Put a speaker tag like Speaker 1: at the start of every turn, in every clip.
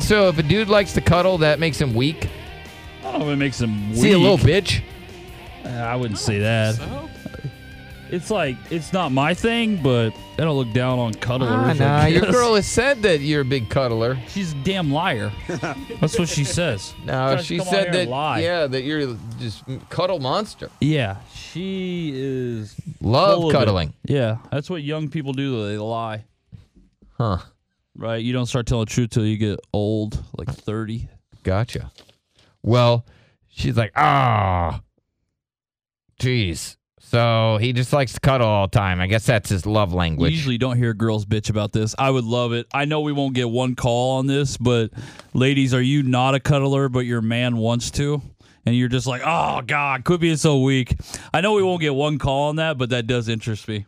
Speaker 1: So if a dude likes to cuddle, that makes him weak.
Speaker 2: I don't know if it makes them weak.
Speaker 1: See a little bitch.
Speaker 2: Uh, I wouldn't say that.
Speaker 3: So?
Speaker 2: It's like it's not my thing, but I don't look down on cuddlers.
Speaker 1: Ah,
Speaker 2: I
Speaker 1: nah, your
Speaker 2: guess.
Speaker 1: girl has said that you're a big cuddler.
Speaker 2: She's a damn liar. That's what she says.
Speaker 1: No,
Speaker 2: Tries to
Speaker 1: she
Speaker 2: come on here
Speaker 1: said
Speaker 2: and
Speaker 1: that.
Speaker 2: Lie.
Speaker 1: Yeah, that you're just cuddle monster.
Speaker 2: Yeah, she is.
Speaker 1: Love
Speaker 2: full of it.
Speaker 1: cuddling.
Speaker 2: Yeah, that's what young people do. Though. They lie,
Speaker 1: Huh.
Speaker 2: right? You don't start telling the truth till you get old, like thirty.
Speaker 1: Gotcha. Well, she's like, ah, jeez. So he just likes to cuddle all the time. I guess that's his love
Speaker 2: We
Speaker 1: language.
Speaker 2: usually don't hear girls bitch about this. I would love it. I know we won't get one call on this, but ladies, are you not a cuddler, but your man wants to? And you're just like, oh God, could be so weak. I know we won't get one call on that, but that does interest me.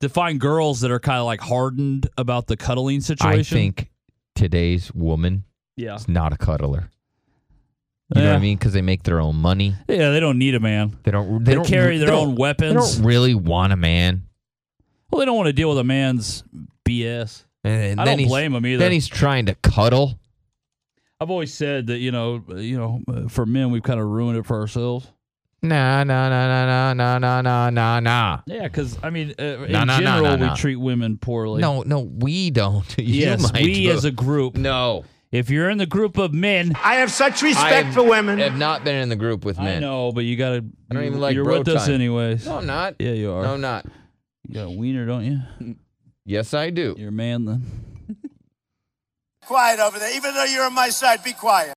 Speaker 2: To find girls that are kind of like hardened about the cuddling
Speaker 1: I
Speaker 2: situation.
Speaker 1: think today's woman
Speaker 2: yeah,
Speaker 1: is not a cuddler. You know what
Speaker 2: Yeah.
Speaker 1: I mean? Because they make their own money.
Speaker 2: yeah, they don't need a man.
Speaker 1: They don't. They,
Speaker 2: They,
Speaker 1: don't
Speaker 2: carry
Speaker 1: they
Speaker 2: their
Speaker 1: don't-
Speaker 2: own
Speaker 1: They
Speaker 2: weapons.
Speaker 1: don't really want a man.
Speaker 2: well, they don't want to deal with a man's BS.
Speaker 1: And, and
Speaker 2: I
Speaker 1: then
Speaker 2: don't
Speaker 1: he's-
Speaker 2: blame him either.
Speaker 1: Then he's trying to cuddle.
Speaker 2: I've always said that you know, uh, you know, uh, for men we've kind of ruined it for ourselves.
Speaker 1: Nah, nah, nah, nah, nah, nah, nah, nah, nah.
Speaker 2: Yeah, because I mean, uh, in
Speaker 1: No, no, no,
Speaker 2: general,
Speaker 1: no, no.
Speaker 2: we treat women poorly.
Speaker 1: No, no, we don't. You
Speaker 2: yes,
Speaker 1: might
Speaker 2: we
Speaker 1: do.
Speaker 2: as a group.
Speaker 1: no.
Speaker 2: If you're in the group of men,
Speaker 4: I have such
Speaker 1: I
Speaker 4: respect
Speaker 1: have-
Speaker 4: for women.
Speaker 1: Have not been in the group with men.
Speaker 2: I know, but you gotta.
Speaker 1: I don't
Speaker 2: you-
Speaker 1: even like
Speaker 2: You're
Speaker 1: bro
Speaker 2: with us
Speaker 1: time.
Speaker 2: anyways.
Speaker 1: No, I'm not.
Speaker 2: Yeah, you are.
Speaker 1: No, I'm not.
Speaker 2: You got a wiener, don't you?
Speaker 1: Yes, I do.
Speaker 2: You're a man then.
Speaker 4: quiet over there. Even though you're on my side, be quiet.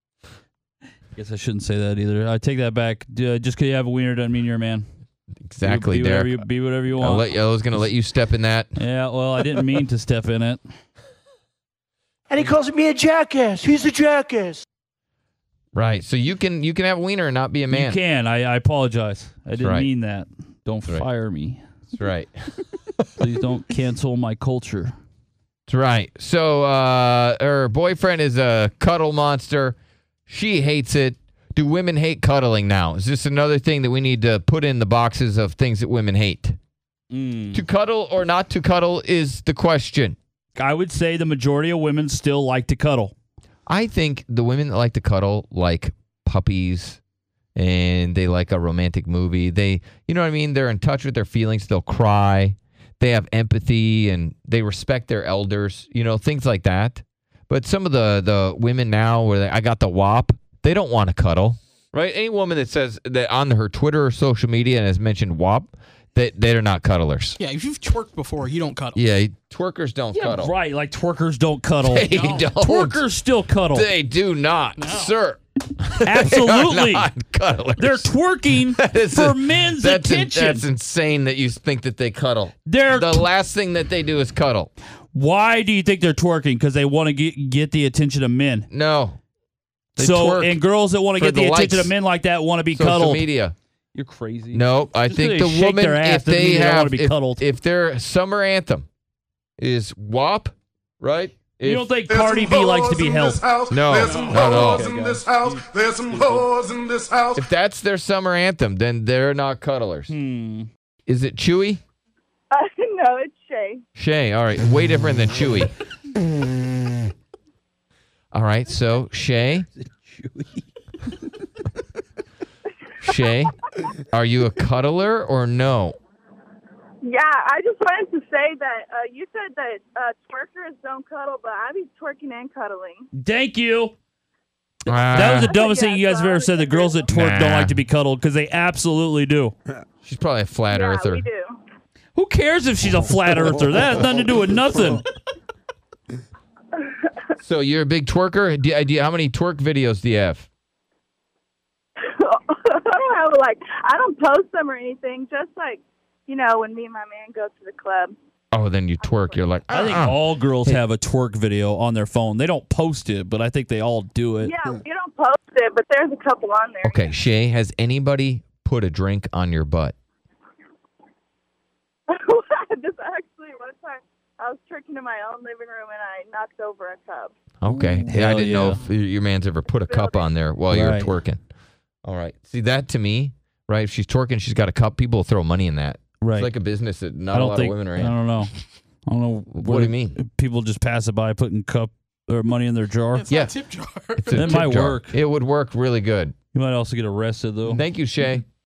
Speaker 2: Guess I shouldn't say that either. I take that back. D- Uh, just because you have a wiener doesn't mean you're a man. You
Speaker 1: exactly,
Speaker 2: be
Speaker 1: Derek.
Speaker 2: Whatever you, be whatever you
Speaker 1: I,
Speaker 2: want.
Speaker 1: let you- I was going to let you step in that.
Speaker 2: yeah. Well, I didn't mean to step in it.
Speaker 4: And he calls me a jackass. He's a jackass.
Speaker 1: Right. So you can you can have a wiener and not be a man.
Speaker 2: You can. I, I apologize. I didn't
Speaker 1: right.
Speaker 2: mean that. Don't
Speaker 1: right.
Speaker 2: fire me.
Speaker 1: That's right.
Speaker 2: Please don't cancel my culture.
Speaker 1: That's right. So uh her boyfriend is a cuddle monster. She hates it. Do women hate cuddling now? Is this another thing that we need to put in the boxes of things that women hate? To cuddle or not to cuddle is the question.
Speaker 2: I would say the majority of women still like to cuddle.
Speaker 1: I think the women that like to cuddle like puppies and they like a romantic movie. They, you know what I mean? They're in touch with their feelings. They'll cry. They have empathy and they respect their elders, you know, things like that. But some of the, the women now where they, I got the wop, they don't want to cuddle, right? Any woman that says that on her Twitter or social media and has mentioned wop, that they, they're not cuddlers.
Speaker 3: Yeah, if you've twerked before, you don't cuddle.
Speaker 1: Yeah, twerkers don't cuddle.
Speaker 2: Right, like twerkers don't cuddle.
Speaker 1: They don't.
Speaker 2: Twerkers still cuddle.
Speaker 1: They do not, sir.
Speaker 2: Absolutely.
Speaker 1: They are not cuddlers.
Speaker 2: They're twerking
Speaker 1: It's
Speaker 2: for
Speaker 1: a-
Speaker 2: men's
Speaker 1: that's in-
Speaker 2: attention.
Speaker 1: that's insane that you think that they cuddle.
Speaker 2: They're-
Speaker 1: the last thing that they do is cuddle.
Speaker 2: Why do you think they're twerking? Because they want to get, get the attention of men.
Speaker 1: No. They
Speaker 2: so,
Speaker 1: twerk
Speaker 2: and girls that want to
Speaker 1: for
Speaker 2: get
Speaker 1: the
Speaker 2: the, attention
Speaker 1: likes.
Speaker 2: of men like that want to be
Speaker 1: social
Speaker 2: cuddled.
Speaker 1: media.
Speaker 2: You're crazy.
Speaker 1: No, I
Speaker 2: Just 'cause
Speaker 1: think
Speaker 2: they
Speaker 1: the
Speaker 2: shake
Speaker 1: woman
Speaker 2: their ass
Speaker 1: if
Speaker 2: doesn't
Speaker 1: they
Speaker 2: mean they don't
Speaker 1: have
Speaker 2: wanna be
Speaker 1: if,
Speaker 2: cuddled.
Speaker 1: if their summer anthem is WAP, right?
Speaker 2: You
Speaker 1: If-
Speaker 2: don't think Cardi B likes to be held?
Speaker 1: No,
Speaker 5: There's some
Speaker 1: not at all. Mm-hmm.
Speaker 5: whores in this house. There's some whores in this house.
Speaker 1: if that's their summer anthem, then they're not cuddlers.
Speaker 2: Hmm.
Speaker 1: Hmm. Is it Chewy?
Speaker 6: Uh, no, it's Shay.
Speaker 1: Shay, all right, way different than Chewy. all right, so Shay. Shay, are you a cuddler or no?
Speaker 6: Yeah, I just wanted to say that uh, you said that uh, twerkers don't cuddle, but I be twerking and cuddling.
Speaker 2: Thank you.
Speaker 1: Ah,
Speaker 2: That was the dumbest thing you guys have ever said. The girls that twerk don't
Speaker 1: Nah.
Speaker 2: like to be cuddled because they absolutely do.
Speaker 1: She's probably a flat
Speaker 6: yeah,
Speaker 1: earther.
Speaker 6: we do.
Speaker 2: Who cares if she's a flat earther? That has nothing to do with nothing.
Speaker 1: So you're a big twerker. Do, uh, do you- how many twerk videos do you have?
Speaker 6: I don't have like I don't post them or anything. Just like you know when me and my man go to the club.
Speaker 1: Oh, then you twerk. You're like,
Speaker 2: I think
Speaker 1: "Uh-uh."
Speaker 2: all girls have a twerk video on their phone. They don't post it, but I think they all do it.
Speaker 6: Yeah, you don't post it, but there's a couple on there.
Speaker 1: Okay, Shay, has anybody put a drink on your butt?
Speaker 6: just actually one time I was twerking in my own living room and I knocked over a cup.
Speaker 1: Okay. Yeah, I
Speaker 2: Hell
Speaker 1: didn't know
Speaker 2: yeah.
Speaker 1: if y- your man's ever put a cup on there while you were
Speaker 2: Right.
Speaker 1: twerking. All right. See that to me, right? If she's twerking, she's got a cup. People will throw money in that.
Speaker 2: Right.
Speaker 1: It's like a business that not
Speaker 2: I
Speaker 1: a
Speaker 2: don't
Speaker 1: lot
Speaker 2: think.
Speaker 1: of women are
Speaker 2: I
Speaker 1: in.
Speaker 2: don't know. I don't know.
Speaker 1: What do you mean?
Speaker 2: People just pass it by putting cup their money in their jar.
Speaker 3: It's
Speaker 1: Yeah.
Speaker 3: not tip jar.
Speaker 1: It's a
Speaker 2: That might
Speaker 1: tip jar.
Speaker 2: work.
Speaker 1: It would work really good.
Speaker 2: You might also get arrested though.
Speaker 1: Thank you, Shay.